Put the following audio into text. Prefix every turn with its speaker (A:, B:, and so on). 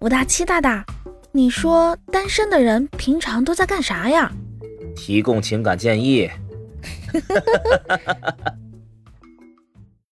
A: 武大七大大，你说单身的人平常都在干啥呀？
B: 提供情感建议。